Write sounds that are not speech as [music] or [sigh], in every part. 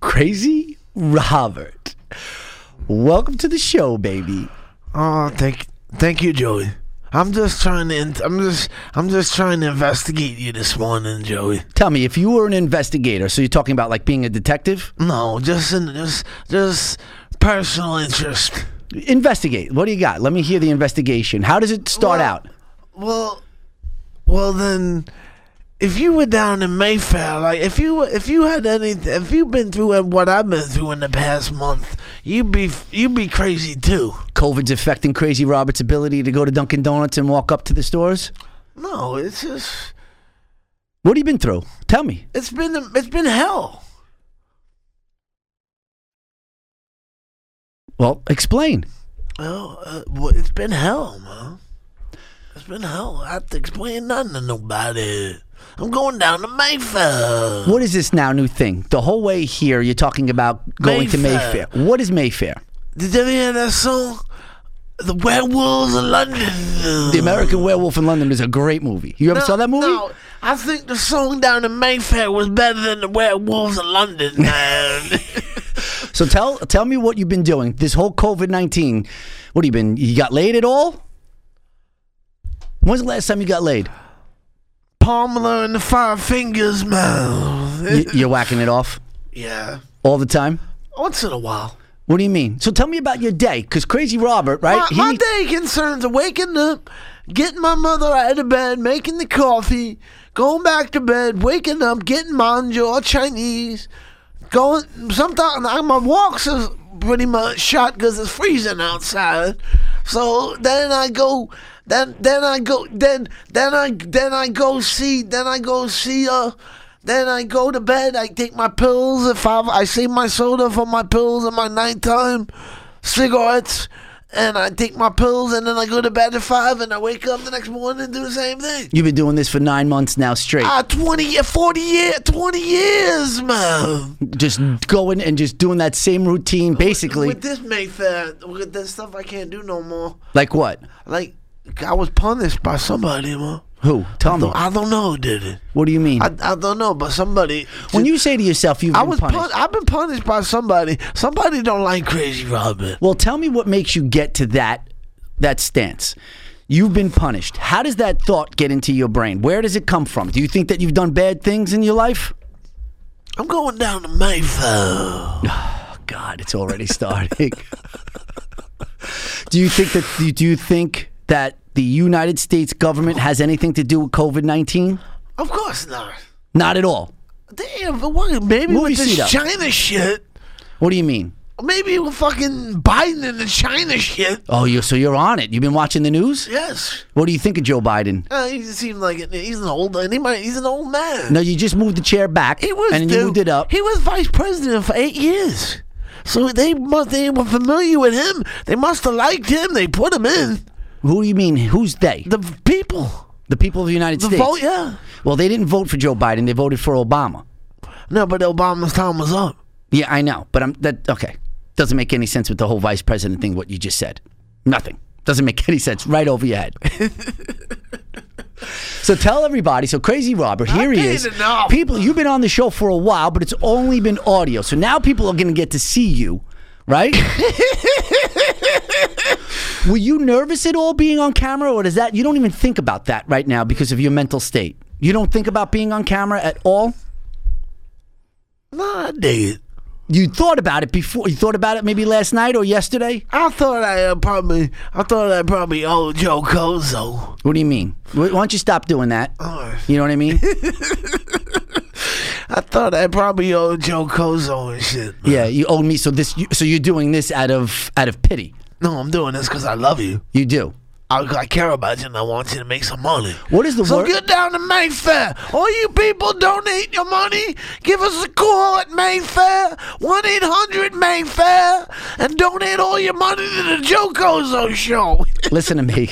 Crazy Robert. Welcome to the show, baby. Oh, thank, thank you, Joey. I'm just trying to. in- I'm just. I'm just trying to investigate you this morning, Joey. Tell me, if you were an investigator, so you're talking about like being a detective? No, just in just just personal interest. Investigate. What do you got? Let me hear the investigation. How does it start Well- out? Well, well then, if you were down in Mayfair, like if you if you had any if you've been through what I've been through in the past month, you'd be you'd be crazy too. COVID's affecting Crazy Robert's ability to go to Dunkin' Donuts and walk up to the stores? No, it's just What have you been through? Tell me. it's been it's been hell. Well, explain. Well, uh, well, it's been hell, man. It's been hell. I have to explain nothing to nobody. I'm going down to Mayfair. What is this now new thing? The whole way here, you're talking about going Mayfair. to Mayfair. What is Mayfair? Did you ever hear that song? The Werewolves of London. The American Werewolf in London is a great movie. You ever No, saw that movie? No, I think the song down in Mayfair was better than the Werewolves [laughs] of London, man. So tell tell me what you've been doing. This whole COVID nineteen. What have you been? You got laid at all? When's the last time you got laid? Palmer and the Five Fingers, man. You, you're whacking it off yeah, all the time. once in a while. What do you mean? So tell me about your day, because Crazy Robert, right? My, my day concerns are waking up, getting my mother out of bed, making the coffee, going back to bed, waking up, getting manjo or Chinese, going. Sometimes I- my walks is pretty much shot because it's freezing outside. So then I go, then then I go, then then I then I go see, then I go see uh then I go to bed. I take my pills. If I I save my soda for my pills and my nighttime cigarettes, and I take my pills, and then I go to bed at five, and I wake up the next morning and do the same thing. You've been doing this for nine months now straight. Ah, 20, 40 years, 20 years, man. just going and just doing that same routine, basically. With this Mayfair, with this stuff, I can't do no more. like what? Like, I was punished by somebody, man. Who? Tell I me. don't, I don't know who did it. What do you mean? I, I don't know, but somebody. when you say to yourself, you've I been was punished. pun- I've been punished by somebody. Somebody don't like Crazy Robin. Well, tell me what makes you get to that that stance. You've been punished. How does that thought get into your brain? Where does it come from? Do you think that you've done bad things in your life? I'm going down to Mayfair. Oh, God, it's already starting. do you think that do you- do you think that the United States government has anything to do with COVID-19? Of course not. Not at all. Damn, but what, maybe Movie with this seat up. China shit. What do you mean? Maybe with fucking Biden and the China shit. Oh, you so you're on it. You've been watching the news? Yes. What do you think of Joe Biden? Uh, he just seemed like an, he's an old and he might, he's an old man. No, you just moved the chair back he was and then dude, you moved it up. He was vice president for eight years. So they must they were familiar with him. They must have liked him. They put him in. Who do you mean? Who's they? The, The people. people of the United The States. vote, yeah. Well, they didn't vote for Joe Biden. They voted for Obama. No, but Obama's time was up. Yeah, I know, but I'm that okay. Doesn't make any sense with the whole vice president thing. What you just said, nothing. Doesn't make [laughs] any sense. Right over your head. so tell everybody. So crazy Robert, here he paid is. enough. People, you've been on the show for a while, but it's only been audio. So now people are going to get to see you, right? Were you nervous at all being on camera, or does that you don't even think about that right now because of your mental state? You don't think about being on camera at all. Nah, I dig it. You thought about it before. You thought about it maybe last night or yesterday. I thought I uh, probably, I thought I probably owed Joe Cozo. What do you mean? Wh- Why don't you stop doing that? You know what I [laughs] mean? I thought I probably owed Joe Cozo and shit. yeah, you owe me. So this. You, so you're doing this out of out of pity. No, I'm doing this because I love you. You do. I, I care about you and I want you to make some money. What is the So word? get down to Mayfair. All you people donate your money. Give us a call at Mayfair, 1 800 Mayfair, and donate all your money to the Joe Cozo show. [laughs] [laughs] Listen to me.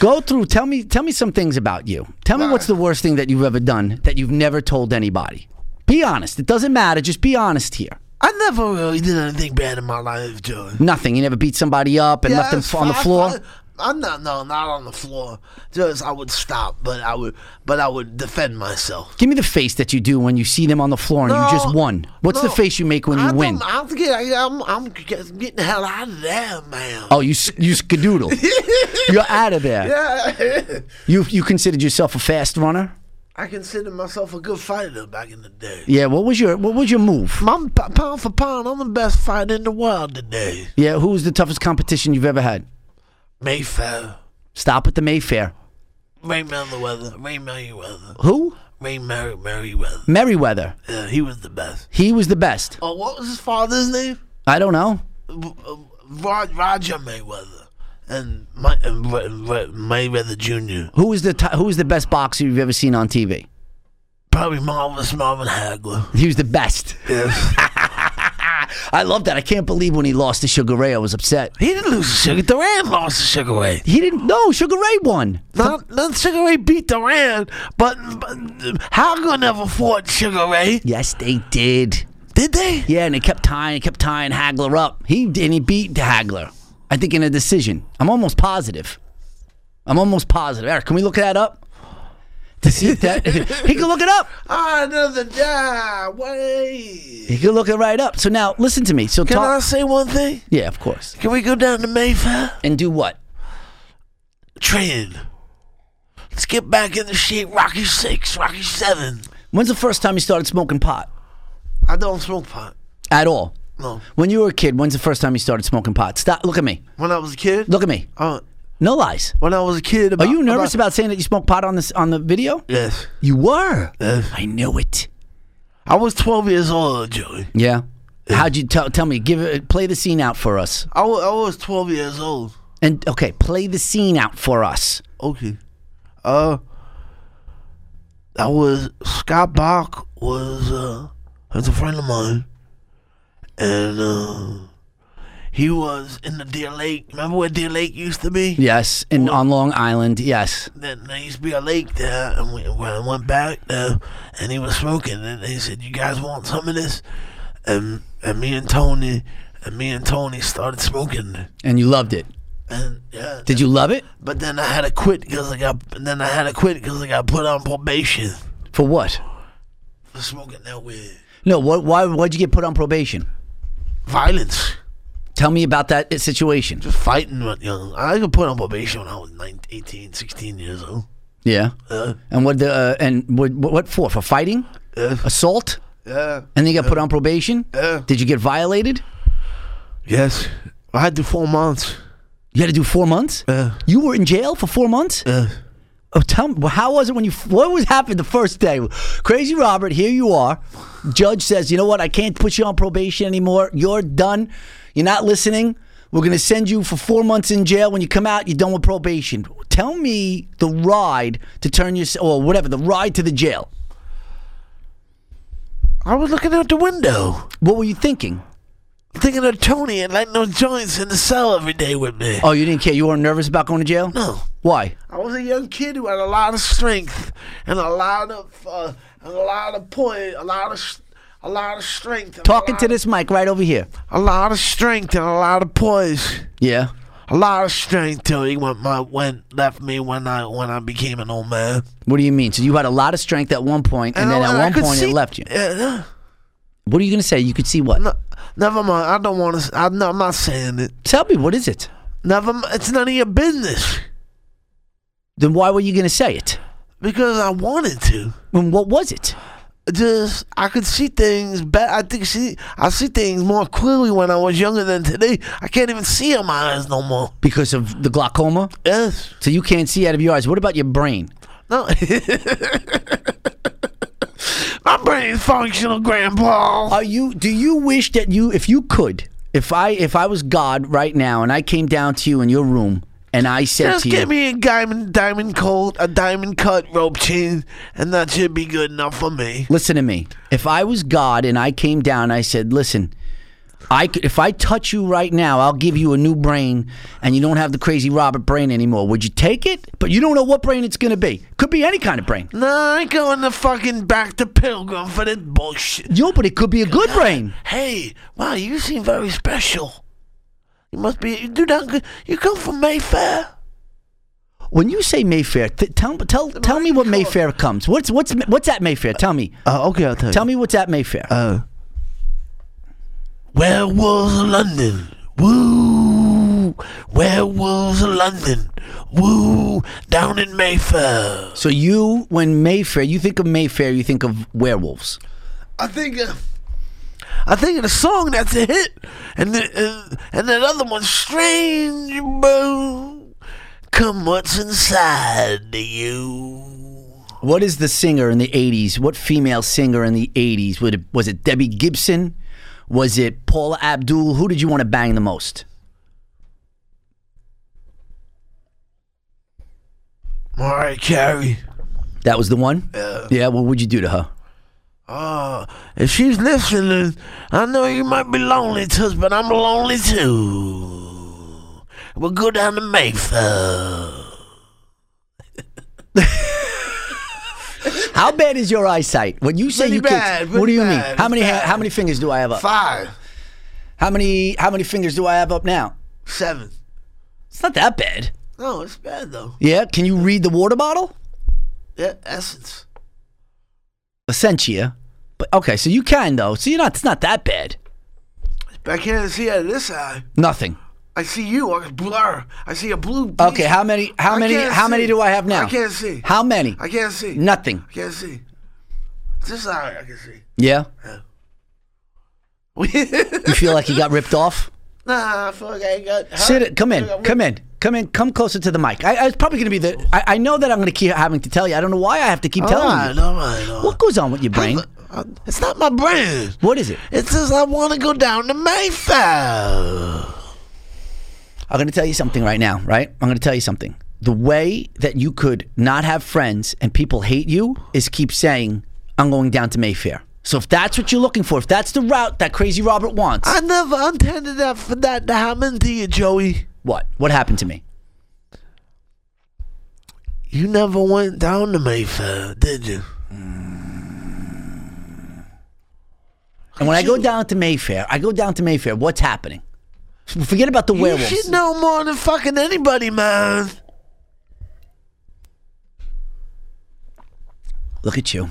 Go through. Tell me. Tell me some things about you. Tell me what's the worst thing that you've ever done that you've never told anybody. Be honest. It doesn't matter. Just be honest here. I never really did anything bad in my life, Joe. Nothing. You never beat somebody up and left them Yes, f- on the I- floor. I- I'm not. No, not on the floor. Just I would stop, but I would, but I would defend myself. Give me the face that you do when you see them on the floor and you just No, won. What's the no, face you make when you I win? Don't, I don't get, I, I'm, I'm get- getting the hell out of there, man. Oh, you s- you skadoodle. You're out of there. Yeah, [laughs] You you considered yourself a fast runner. I consider myself a good fighter back in the day. Yeah. What was your what was your move? I'm p- pound for pound. I'm the best fighter in the world today. Yeah. Who was the toughest competition you've ever had? Mayfair, Stop at the Mayfair. Ray Merriweather, Ray Merriweather, Who? Ray Merri- Merriweather. Merriweather. Yeah, he was the best. He was the best. Oh, what was his father's name? um, I don't know. Ro- Roger Mayweather and, My- and Ray- Ray- Mayweather Jr. Who was the t- who was the best boxer you've ever seen on TV? Probably Marvis Marvin Hagler. He was the best. Yes. I love that. I can't believe when he lost to Sugar Ray, I was upset. he didn't lose to Sugar. Duran lost to Sugar Ray. He didn't. No, Sugar Ray won. Not, not Sugar Ray beat Duran, but, but Hagler never fought Sugar Ray. Yes, they did. Did they? Yeah, and they kept tying, kept tying Hagler up. He and he beat Hagler. I think in a decision. I'm almost positive. I'm almost positive. Eric, can we look that up? To see if that [laughs] he can look it up. Another die. Wait. He can look it right up. So now listen to me. So Can I talk. say one thing? Yeah, of course. Can we go down to Mayfair? And do what? Train. Let's get back in the shape. Rocky 6, Rocky 7. When's the first time you started smoking pot I don't smoke pot. at all? No. When you were a kid, when's the first time you started smoking pot? Stop. Look at me. When I was a kid? Look at me. Uh, No lies. when I was a kid. Are About, you nervous about saying that you smoked pot Uh, on this on the video? Yes. You were. Yes. I knew it. I was 12 years old, Joey. Yeah. How'd you tell? Tell me. Give it. Play the scene out for us. I wa- I was 12 years old. And okay, play the scene out for us. Okay. Uh, I was Scott Bach was uh, was a friend of mine, and uh, he was in the Deer Lake. Remember where Deer Lake used to be? Yes. And on Long Island. Yes. Then there used to be a lake there, and we, when I went back there, and he was smoking, and they said, "You guys want some of this?" And and me and Tony, and me and Tony started smoking, it. And you loved it. and yeah. Did you love it? But then I had to quit because I got. Then I had to quit because I got put on probation. For what? for smoking that weed. No. What? Why? Why'd you get put on probation? Violence. Tell me about that uh, situation. Just fighting when young. I got put on probation when I was 19, 18, 16 years old. Yeah. And what? The uh, and what? What for? For fighting? Uh. Yeah. Assault? Yeah. And then you got put on probation? Yeah. Did you get violated? Yes. I had to four months. Uh, You had to do four months. Yeah. You were in jail for four months. Yeah. Oh, tell me, well, how was it when you? What was happened the first day? Crazy Robert, here you are. Judge says, you know what? I can't put you on probation anymore. You're done. You're not listening. We're gonna send you for four months in jail. When you come out, you're done with probation. Tell me the ride to turn your or whatever the ride to the jail. I was looking out the window, What were you thinking? thinking of Tony and lighting those joints in the cell every day with me. Oh, you didn't care. You weren't nervous about going to jail. No. Why? I was a young kid who had a lot of strength and a lot of uh, and a lot of point, a lot of s- a lot of strength. and a Talking to lot- this mic right over here. a lot of strength and a lot of poise. Yeah. a lot of strength till he went my went left me when I when I became an old man. What do you mean? So you had a lot of strength at one point, and, then I- at and I one could point see- it left you. Yeah, no, What are you gonna say? You could see what? no, never mind. I don't want to. I'm, I'm not saying it. Tell me what is it? Never. mi- It's none of your business Then why were you gonna say it? because I wanted to. And what was it? Just I could see things better. I think see I see things more clearly when I was younger than today. I can't even see in my eyes no more. Because of the glaucoma, Yes. so you can't see out of your eyes. What about your brain? No. [laughs] my brain's functional, Grandpa. Are you? Do you wish that you, if you could, if I, if I was God right now, and I came down to you in your room, and I said Just to give you, me a diamond, diamond coat, a diamond cut rope chain, and that should be good enough for me. listen to me. If I was God and I came down, I said, listen. I could, if I touch you right now, I'll give you a new brain, and you don't have the crazy Robert brain anymore. Would you take it? But you don't know what brain it's going to be. Could be any kind of brain. No, I ain't going to fucking back to Pilgrim for this bullshit. Yo, but it could be a good brain. Hey, wow, you seem very special. You must be. You do not. You come from Mayfair. When you say Mayfair, th- tell tell tell me what Mayfair comes. What's what's what's at Mayfair? Tell me. Uh, okay, I'll tell you. Tell me what's at Mayfair. Uh, werewolves of London. Woo! Werewolves of London. Woo! Down in Mayfair. so you, when Mayfair, you think of Mayfair, you think of werewolves. I think. Uh, I think of the song that's a hit, and the, and, and that other one, Strange Boo. Come what's inside to you. What is the singer in the '80s? What female singer in the '80s? Would it, was it Debbie Gibson? Was it Paula Abdul? Who did you want to bang the most? All right, Carrie. That was the one. Yeah. Yeah. What would you do to her? Uh, if she's listening, I know you might be lonely, Tuss, but I'm lonely too. We'll go down to Mayfair. How bad is your eyesight? When you say Pretty you kicked- bad, what do pretty you mean? bad, How many it's ha- bad. how many fingers do I have up? Five, How many how many fingers do I have up now? seven. It's not that bad. No, it's bad though. Yeah, can you read the water bottle? Yeah, essence. Essentia. But okay, so you can though. So you're not it's not that bad. But I can't see out of this eye. Nothing. I see you. I can blur. I see a blue. beast. Okay, how many how I many can't how many see. do I have now? I can't see. How many? I can't see. Nothing. I can't see. This eye, I can [laughs] Yeah. see. You feel like you got ripped [laughs] off? nah, I feel like I ain't got. huh? Sit come in. I got- Come in. Come in. Come closer to the mic. I, I was probably gonna be the I, I know that I'm gonna keep having to tell you. I don't know why I have to keep All telling right, you. all right, all What goes on with your brain? right. It's not my brain. What is it? It says I want to go down to Mayfair. I'm going to tell you something right now, right? I'm going to tell you something. The way that you could not have friends and people hate you is keep saying, I'm going down to Mayfair. So if that's what you're looking for, if that's the route that Crazy Robert wants, I never intended that for that to happen to you, Joey. what? What happened to me? You never went down to Mayfair, did you? And when I go down to Mayfair, I go down to Mayfair, what's happening? Forget about the werewolves. You should know more than fucking anybody, man. Look at you.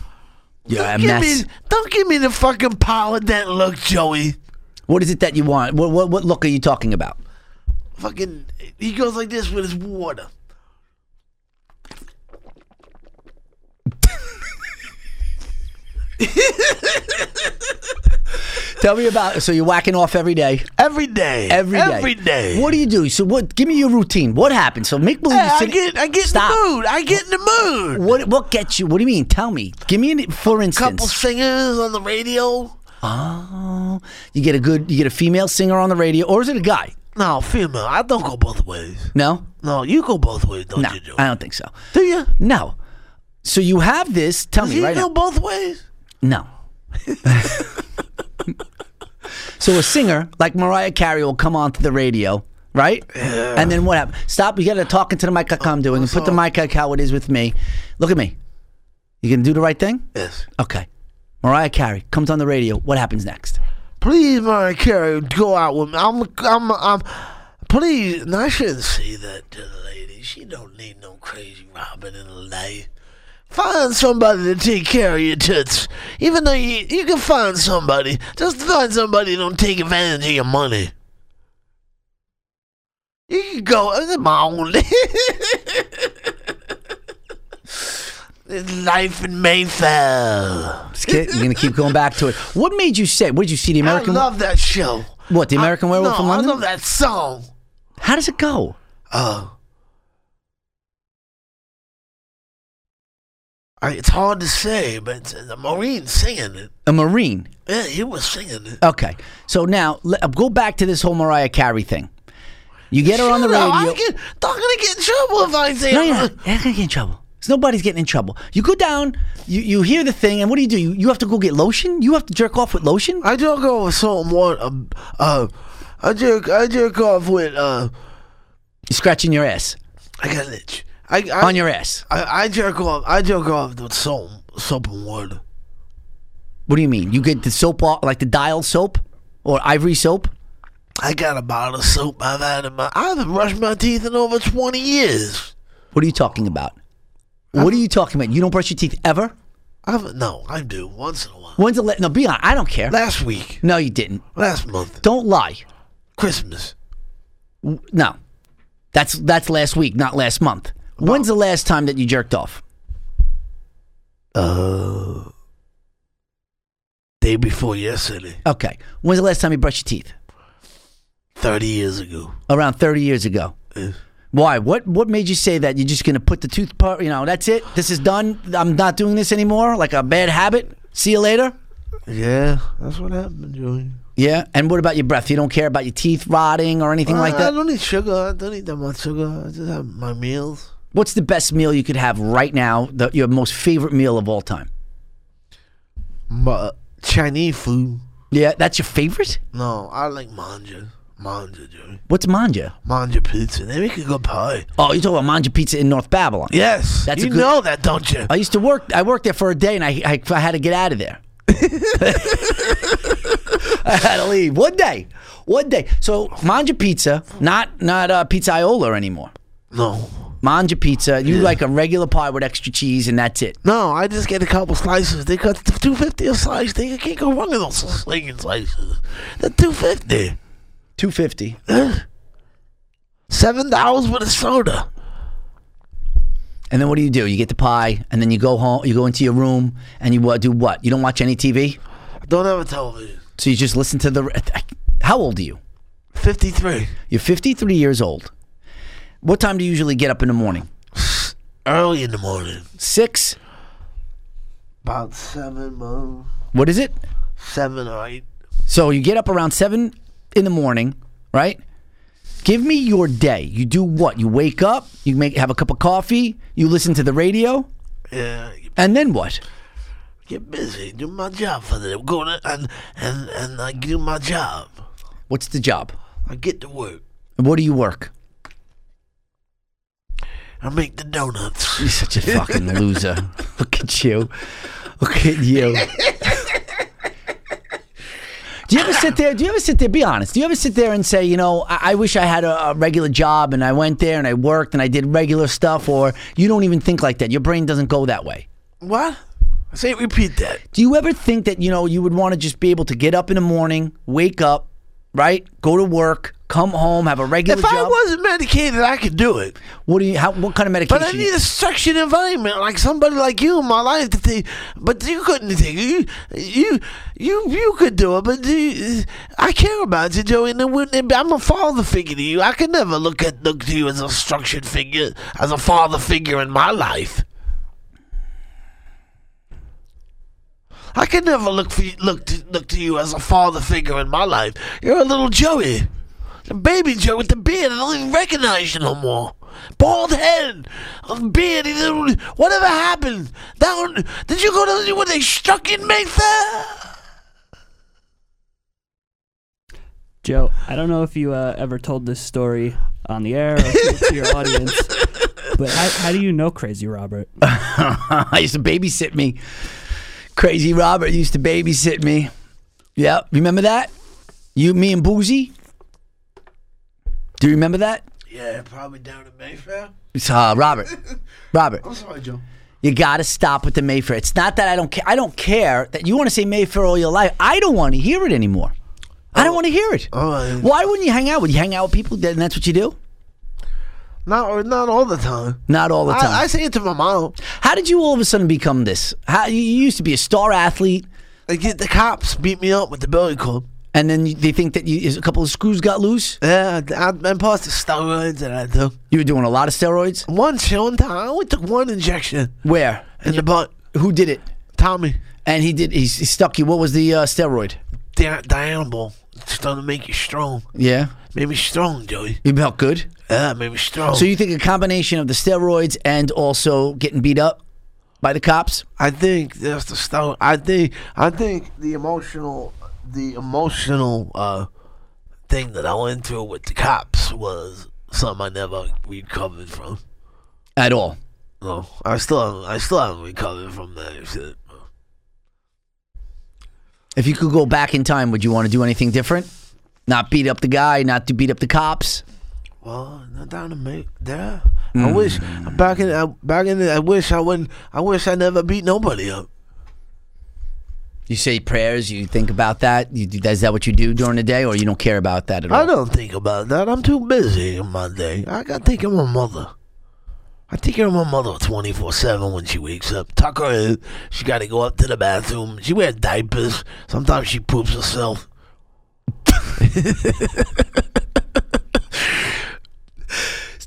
You're a don't, give mess. me, don't give me the fucking power that look, Joey. What is it that you want? What, what, what look are you talking about? Fucking, he goes like this with his water. Tell me about So you're whacking off every day. Every day. Every day. Every day. What do you do? So what? Give me your routine. What happens? So make believe. Hey, you I sit- get, I get Stop. in the mood. I get in the mood. What what gets you? What do you mean? Tell me. Give me an for Couple instance. singers on the radio. Oh, you get a good. You get a female singer on the radio, or is it a guy? No, female. I don't go both ways. No, No, you go both ways, don't no, Uh, you, Joey? I don't think so. Do you? No. So you have this. Tell Does me he right go now. both ways? No. [laughs] so a singer like Mariah Carey will come onto the radio, right? And then what happens? Stop. You got to talk into the mic like I'm doing, and Oh, put the mic like how it is with me. Look at me. You gonna do the right thing? Yes. Okay. Mariah Carey comes on the radio. What happens next? Please, Mariah Carey, go out with me. I'm, I'm, I'm. Please, no, I shouldn't say that to the lady. She don't need no crazy Robin in her life. Find somebody to take care of your tits. Even though you, you can find somebody, just find somebody who don't take advantage of your money. You can go. This is my only. [laughs] It's life in Mayfair. Just kidding. You're gonna keep going back to it. What made you say? What did you see? The American. I love that show. What, the American I, Werewolf no, in London? I love that song. how does it go? Oh. I, it's hard to say, but it's, the Marine singing it. A Marine. Yeah, he was singing it. Okay. So now let, go back to this whole Mariah Carey thing. You get her on the Shut radio. up, I can, not gonna get in trouble if I say No, you're not. You're not gonna get in trouble. 'Cause nobody's getting in trouble. You go down, you, you hear the thing, and what do you do? You, you have to go get lotion? You have to jerk off with lotion? I don't go with salt and water. Um, uh, I jerk. I jerk off with. Uh, You're scratching your ass. I got an itch. I, I On your ass. I, I jerk off. I jerk off with salt, soap and water. What do you mean? You get the soap off, like the dial soap or ivory soap? uh, I got a bottle of soap I've had in my. I haven't brushed my teeth in over 20 years. What are you talking about? What are you talking about? You don't brush your teeth ever? I've, no, I do once in a while. When's the la- no? Be honest. I don't care. Last week, No, you didn't. last month, Don't lie. Christmas. No, that's that's last week, not last month. When's the last time that you jerked off? Uh, day before yesterday, Okay. When's the last time you brushed your teeth? thirty years ago. Around thirty years ago. Why? What What made you say that? You're just gonna put the tooth part? You know, that's it. This is done. I'm not doing this anymore. Like a bad habit. See you later. Yeah, that's what happened, Joey. Yeah. And what about your breath? You don't care about your teeth rotting or anything like I- I that. don't eat sugar. I don't eat that much sugar. I just have my meals. What's the best meal you could have right now? The, your most favorite meal of all time? Ma- Chinese food. Yeah, that's your favorite. No, I like manja. Manja, Joey. What's manja? Manja pizza. They make a good pie. Oh, you're talking about Manja Pizza in North Babylon. Yes. That's a you good- know that, don't you? I used to work. I worked there for a day, and I I, I had to get out of there. [laughs] I had to leave one day. One day. So Manja Pizza, not not uh, Pizzaiola anymore. no. Manja Pizza. You like a regular pie with extra cheese, and that's it. No, I just get a couple slices. They cut two fifty a slice. They can't go wrong with those slinging slices. They're two fifty. Two fifty. Seven dollars with a soda. And then what do you do? You get the pie, and then you go home. You go into your room, and you uh, do what? You don't watch any TV, I don't have a television. so you just listen to the. How old are you? Fifty three. You're 53 years old. What time do you usually get up in the morning? Early in the morning. Six. About seven, mom. What is it? Seven or eight. So you get up around seven in the morning, right? Give me your day. You do what? You wake up. You make have a cup of coffee. You listen to the radio, Yeah. you and then what? Get busy. Do my job for them. Go to, and and and I do my job. What's the job? I get to work. And What do you work? I make the donuts. You're such a fucking loser. Look at you. Look at you. Do you ever sit there? Do you ever sit there? Be honest. Do you ever sit there and say, you know, I, I wish I had a, a regular job and I went there and I worked and I did regular stuff? Or you don't even think like that. Your brain doesn't go that way. What? I say repeat that. Do you ever think that, you know, you would want to just be able to get up in the morning, wake up, right? Go to work, come home, have a regular If job? I wasn't medicated, I could do it. what do you how what kind of medication? But I you- need a structured environment, like somebody like you in my life to take. But you couldn't take you, you, you, you could do it. But you, I care about you, Joey. And it wouldn't it be- I'm a father figure to you. I could never look at look to you as a structured figure, as a father figure in my life. I could never look for you, look to, look to you as a father figure in my life. You're a little Joey, the baby Joey with the beard. I don't even recognize you no more. Bald head, um, beard. he don't- Whatever happened? That one, did you go to when they struck in Mayfair? Joe, I don't know if you uh, ever told this story on the air or to, to your audience, but how, how do you know Crazy Robert? [laughs] I used to babysit me. Crazy Robert used to babysit me. Yeah, remember that? You, me, and Boozy. Do you remember that? Yeah, probably down in Mayfair. It's, uh, [laughs] Robert. Robert, I'm sorry, Joe. you gotta stop with the Mayfair. It's not that I don't care. I don't care that you want to say Mayfair all your life. I don't want to hear it anymore. I Oh. don't want to hear it. All right. Why wouldn't you hang out? Would you hang out with people? Then that's what you do. Not not all the time. Not all the time. I, I say it to my mom. How did you all of a sudden become this? How you you used to be a star athlete, They get the cops beat me up with the billy club. and then you, they think that you, is a couple of screws got loose. Yeah, I, I passed the steroids and I took You were doing a lot of steroids. one one time. I only took one injection Where? in the butt. Who did it? Tommy, And he did. He, he stuck you. What was the uh, steroid? Di- Dianabol. It's going to make you strong. Yeah, Made me strong, Joey. you felt good. Yeah, made me strong. So you think a combination of the steroids and also getting beat up by the cops? I think that's the start. I think I think the emotional the emotional uh thing that I went through with the cops was something I never recovered from. At all? No, I still haven't, I still haven't recovered from that shit. If you could go back in time, would you want to do anything different? Not beat up the guy. Not to beat up the cops. Well, not down to me there. I wish Hmm. back in I, back in the, I wish I wouldn't. I wish I never beat nobody up. You say prayers. You think about that. You, do- is that what you do during the day, or you don't care about that at all? I don't think about that. I'm too busy on my day. I got to think of my mother. I think of my mother 24 7 when she wakes up. Tuck her in. She got to go up to the bathroom. She wears diapers. Sometimes she poops herself.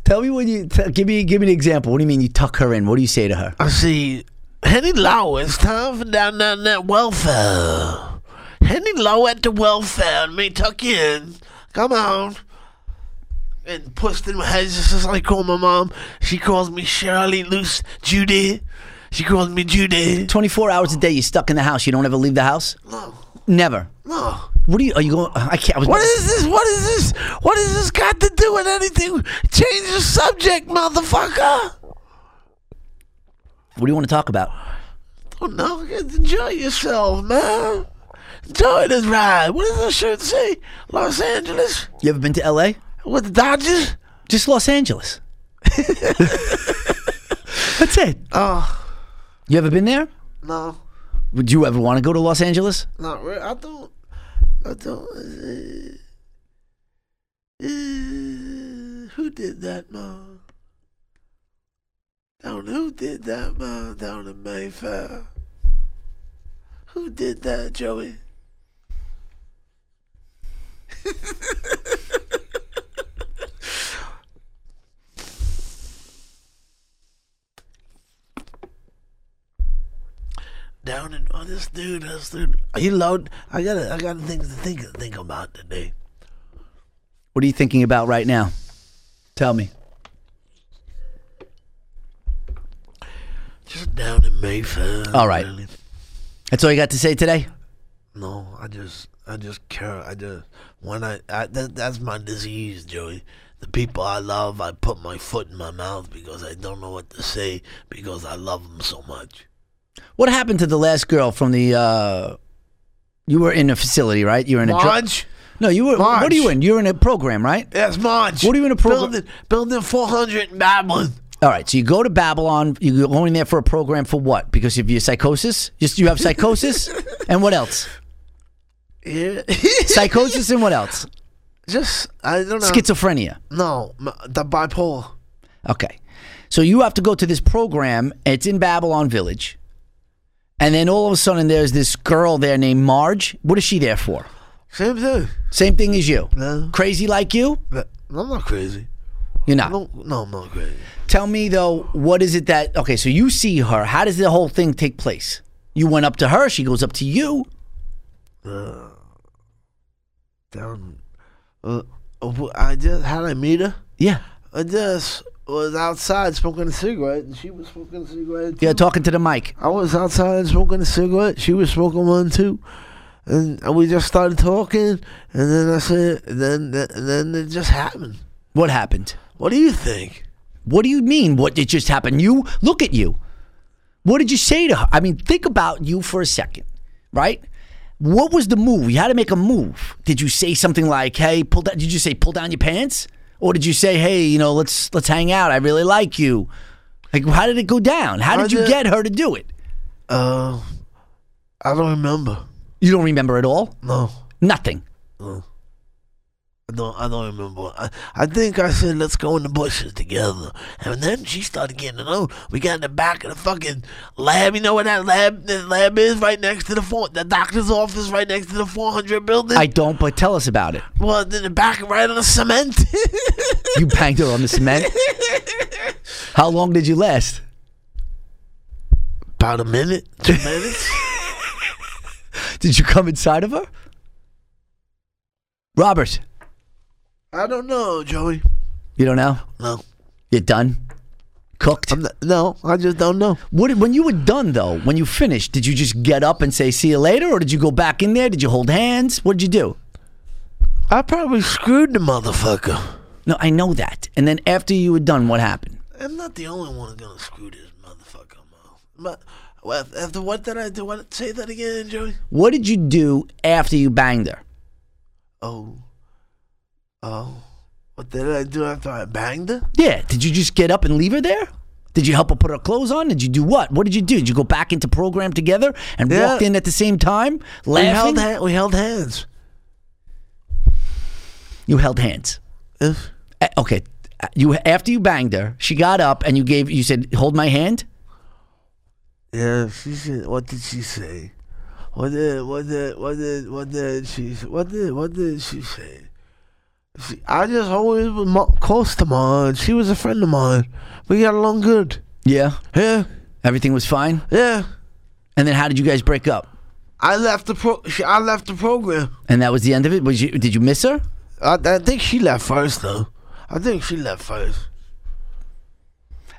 Tell me when you t- give me give me an example. What do you mean you tuck her in? What do you say to her? I see. Henny Low, it's time for down down that welfare. Henny Low at the welfare. Me tuck you in. Come on. And puss in my heads, just as I call my mom. She calls me Shirley Loose Judy. She calls me Judy. Twenty four hours a day. You're stuck in the house. You don't ever leave the house. No, Never. no. What are you? Are you going? I can't. I was What is this? What is this? What has this got to do with anything? Change the subject, motherfucker. What do you want to talk about? Oh no, enjoy yourself, man. Enjoy this ride. What does this shirt say? Los Angeles You ever been to L.A.? with the Dodgers. Just Los Angeles. [laughs] That's it. Oh You ever been there? no, Would you ever want to go to Los Angeles? not really. I don't. I don't. Uh, uh, who did that, mom? Down who did that, mom? Down in Mayfair. Who did that, Joey? Down in oh, this dude, this dude. Are you loud? I gotta, I gotta things to think think about today. What are you thinking about right now? Tell me. Just down in Mayfair. All right. That's all you got to say today. No, I just, I just care. I just when I, I that, that's my disease, Joey. The people I love, I put my foot in my mouth because I don't know what to say because I love them so much. What happened to the last girl from the? uh You were in a facility, right? You were in a. dr- Marge, no, you were. What Marge. are you in? You're in a program, right? yes, Marge. What are you in a program- Building, building four hundred in Babylon. All right. So you go to Babylon. You're going there for a program for what? Because of your psychosis. Just you have [laughs] psychosis, and what else? Yeah, Psychosis and what else? [laughs] just I don't know. Schizophrenia. no, m- the bipolar. Okay. So you have to go to this program. It's in Babylon Village. And then all of a sudden, there's this girl there named Marge. What is she there for? Same thing. Same thing as you. No. Crazy like you? But I'm not crazy. You're not. No, no, I'm not crazy. Tell me, though, what is it that. Okay, so you see her. How does the whole thing take place? You went up to her. She goes up to you. Uh, Down. Uh, w- I just how did I meet her? Yeah. I just was outside smoking a cigarette, and she was smoking a cigarette. Yeah, too. talking to the mic. I was outside smoking a cigarette. She was smoking one too, and we just started talking. And then I said, then and then it just happened. What happened? What do you think? What do you mean? What did just happen? You look at you. What did you say to her? I mean, think about you for a second, right? What was the move? You had to make a move. Did you say something like, "Hey, pull down"? Did you say, "Pull down your pants," or did you say, "Hey, you know, let's let's hang out. I really like you." Like, how did it go down? How I did you did- get her to do it? Uh, I don't remember. You don't remember at all. No, Nothing. I don't. I don't remember. I, I think I said let's go in the bushes together, and then she started getting it on. We got in the back of the fucking lab. You know where that lab that lab is? Right next to the four, the doctor's office, right next to the four hundred building. I don't. But tell us about it. Well, in the back, right on the cement. [laughs] You banged her on the cement. How long did you last? About a minute, [laughs] two minutes. Did you come inside of her? Robert, I don't know, Joey. you don't know? No, You're done? Cooked? I'm not, no, I just don't know. What, when you were done, though, when you finished, did you just get up and say, see you later? Or did you go back in there? Did you hold hands? What did you do? I probably screwed the motherfucker. No, I know that. And then after you were done, what happened? I'm not the only one who's gonna screw this motherfucker, mouth. But well, after what did I do? What say that again, Joey? What did you do after you banged her? Oh, oh, What did I do after I banged her? Yeah. Did you just get up and leave her there? Did you help her put her clothes on? Did you do what? What did you do? Did you go back into program together and Yeah. walked in at the same time, We held, laughing? ha- we held hands. you held hands. Yeah. Uh, Okay. Uh, You after you banged her, she got up and you gave you said, "Hold my hand." Yeah, she said. What did she say? What did what did what did what did she what did what did she say? She, I just always was mo- close to mine. She was a friend of mine. We got along good. Yeah. Yeah, Everything was fine. yeah. And then how did you guys break up? I left the pro. She, I left the program. And that was the end of it. Was you did you miss her? I, I think she left first though. I think she left first.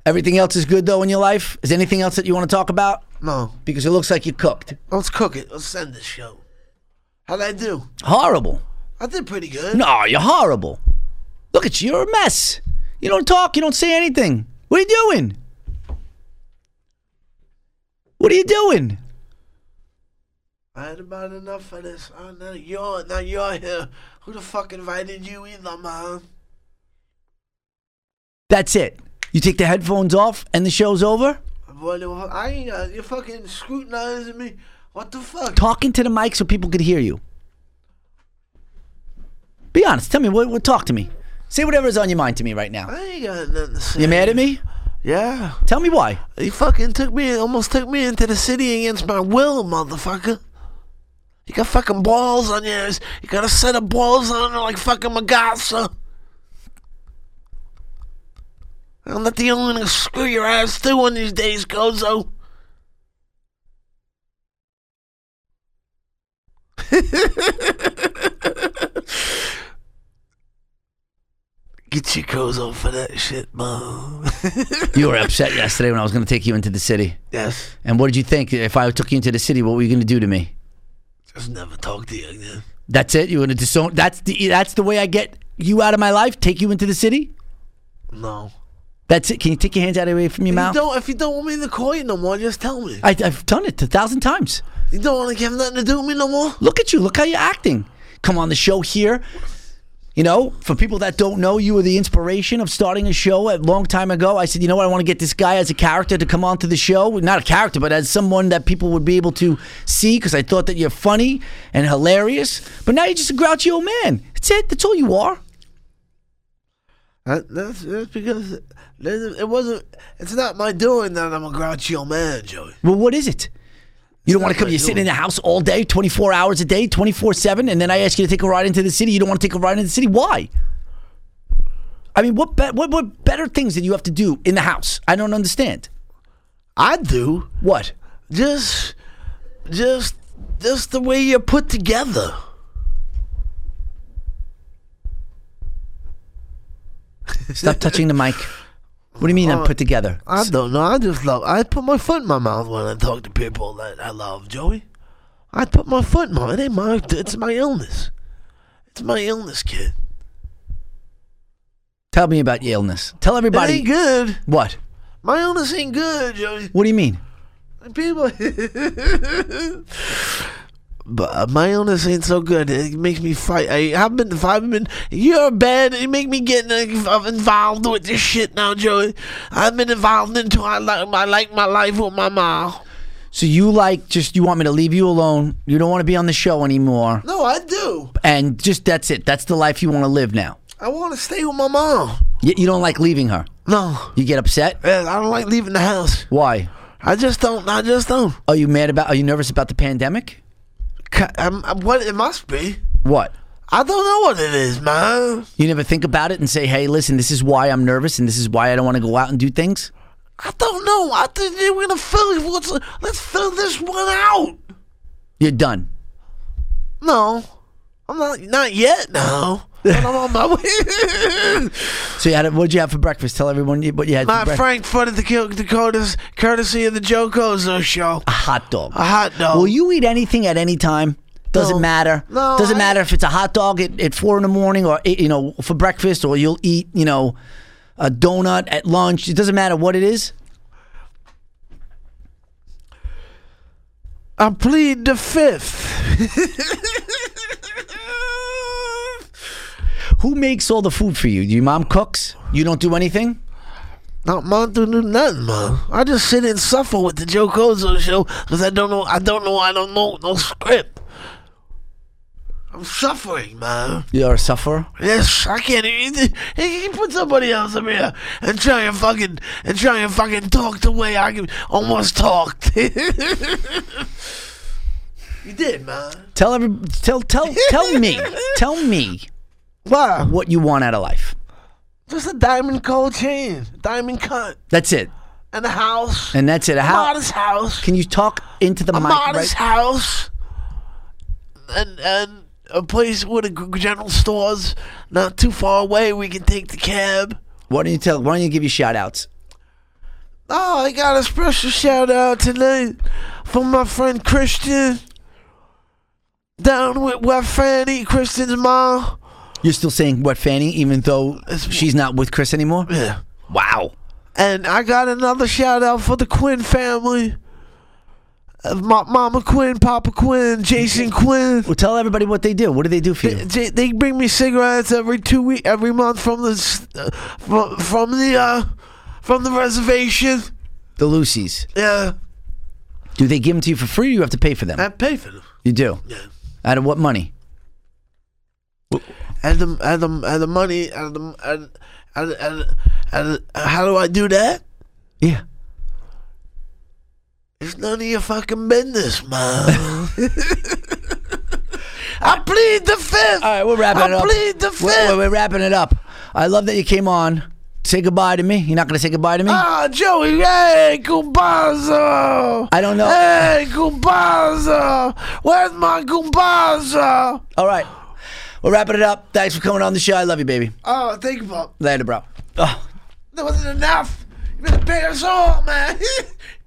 Everything else is good though in your life. Is there anything else that you want to talk about? No, Because it looks like you cooked. let's cook it. Let's send this show. How'd I do? Horrible. I did pretty [laughs] good. No, you're horrible. Look at you. You're a mess. You don't talk. You don't say anything. What are you doing? What are you doing? I had about enough for this. Uh, now you're now you're here. Who the fuck invited you either, man? That's it. You take the headphones off and the show's over. Boy, the- I ain't got, you're fucking scrutinizing me. What the fuck? Talking to the mic so people could hear you. Be honest. Tell me. What, what, talk to me. Say whatever is on your mind to me right now. I ain't got nothing to say. You mad at me? Yeah. Tell me why. You fucking took me, almost took me into the city against my will, motherfucker. You got fucking balls on yours. You got a set of balls on you like fucking Magasa. I'm not the only one who screw your ass too one of these days, Gozo. [laughs] Get your Gozo for that shit, mom. You were upset yesterday when I was going to take you into the city. [laughs] yes. And what did you think? If I took you into the city, what were you going to do to me? Just never talk to you again. That's it. You're going to disown. That's the that's the way I get you out of my life. Take you into the city. No. That's it. Can you take your hands out away from your You mouth? don't, if you don't want me to call you no more, just tell me. I, I've done it a thousand times. You don't want to have nothing to do with me no more? Look at you. Look how you're acting. Come on the show here. You know, for people that don't know, you were the inspiration of starting a show a long time ago. I said, you know what, I want to get this guy as a character to come onto the show. Not a character, but as someone that people would be able to see because I thought that you're funny and hilarious. But now you're just a grouchy old man. That's it. That's all you are. That, that's, that's because there's- it wasn't, it's not my doing that I'm a grouchy old man, Joey. Well, what is it? You don't want to not come. my You're sitting doing. in the house all day, 24 hours a day, 24 7, and then I ask you to take a ride into the city. You don't want to take a ride into the city. Why? I mean, what, be- what what better things did you have to do in the house? I don't understand. I do. What? Just, just, just the way you're put together. Stop touching the mic. What do you mean I'm put together? I don't know. I just love, I put my foot in my mouth when I talk to people that I love, Joey. I put my foot in my, it ain't my, it's my illness. It's my illness, kid. Tell me about your illness. Tell It everybody. ain't good. What? My illness ain't good, Joey. What do you mean? People. [laughs] but uh, my illness ain't so good. It makes me fight. I have been. If I've been. You're bad. It make me get uh, involved with this shit now, Joey. I've been involved into I like my like my life with my mom. So you like just you want me to leave you alone? You don't want to be on the show anymore, No, I do. and just that's it. That's the life you want to live now. I want to stay with my mom. You, you don't like leaving her. No, You get upset. man, I don't like leaving the house. Why? I just don't. I just don't. Are you mad about? Are you nervous about the pandemic? Ca- I'm, I'm- what it must be. What? I don't know what it is, man. You never think about it and say, "Hey, listen, this is why I'm nervous, and this is why I don't want to go out and do things." I don't know. I think we're gonna fill it. Let's, let's fill this one out. You're done. No, I'm not. Not yet. No, but I'm on my way. [laughs] So you had. What did you have for breakfast? Tell everyone you- what you had. for my breakfast. Frankfurt at the Kil- Dakotas, courtesy of the Joe Cozo show. a hot dog. A hot dog. Will you eat anything at any time? Doesn't No. matter. No, Doesn't I- matter if it's a hot dog at, at four in the morning or eh, you know for breakfast, or you'll eat you know a donut at lunch. It doesn't matter what it is. I plead the fifth. Who makes all the food for you? Your mom cooks? You don't do anything? Not mom do do nothing, man. I just sit and suffer with the Joe Cozo show because I don't know. I don't know. I don't know no script. I'm suffering, man. You're a sufferer? Yes, I can't even. He can put somebody else up here and try and fucking and try and fucking talk the way I can- almost talked. [laughs] you did, man. Tell every tell tell tell [laughs] me. Tell me Wow, what you want out of life. just a diamond gold chain, diamond cut, That's it. and a house, And that's it. How modest house. can you talk into the a mic? modest right? house and and a place with a g- general stores not too far away we can take the cab Why don't you tell why don't you give your shout outs? oh i got a special shout out tonight from my friend christian down with wet fanny christian's mom You're still saying wet Fanny, even though It's- she's not with Chris anymore? yeah Wow. and i got another shout out for the quinn family Uh, Ma- Mama Quinn, Papa Quinn, Jason Quinn. Well tell everybody what they do. What do they do for you? They, they bring me cigarettes every two week, every month from the s- uh, from, from the uh, from the reservation. The Lucy's. Yeah, Do they give them to you for free or you have to pay for them? I pay for them. You do. Yeah, Out of what money? and the and the and the money and the and and and, and how do I do that? Yeah. It's none of your fucking business, man. [laughs] I plead the fifth. All right, we're wrapping I it up. plead the We're- We're, fifth. we're wrapping it up. I love that you came on. Say goodbye to me. You're not going to say goodbye to me? Ah, Joey, hey, Kumbazo! I don't know. Hey, Kumbazo! Where's my Kumbazo? All right. We're wrapping it up. Thanks for coming on the show. I love you, baby. Oh, think about Later, bro. Oh, That wasn't enough. You better pay us all, man. [laughs]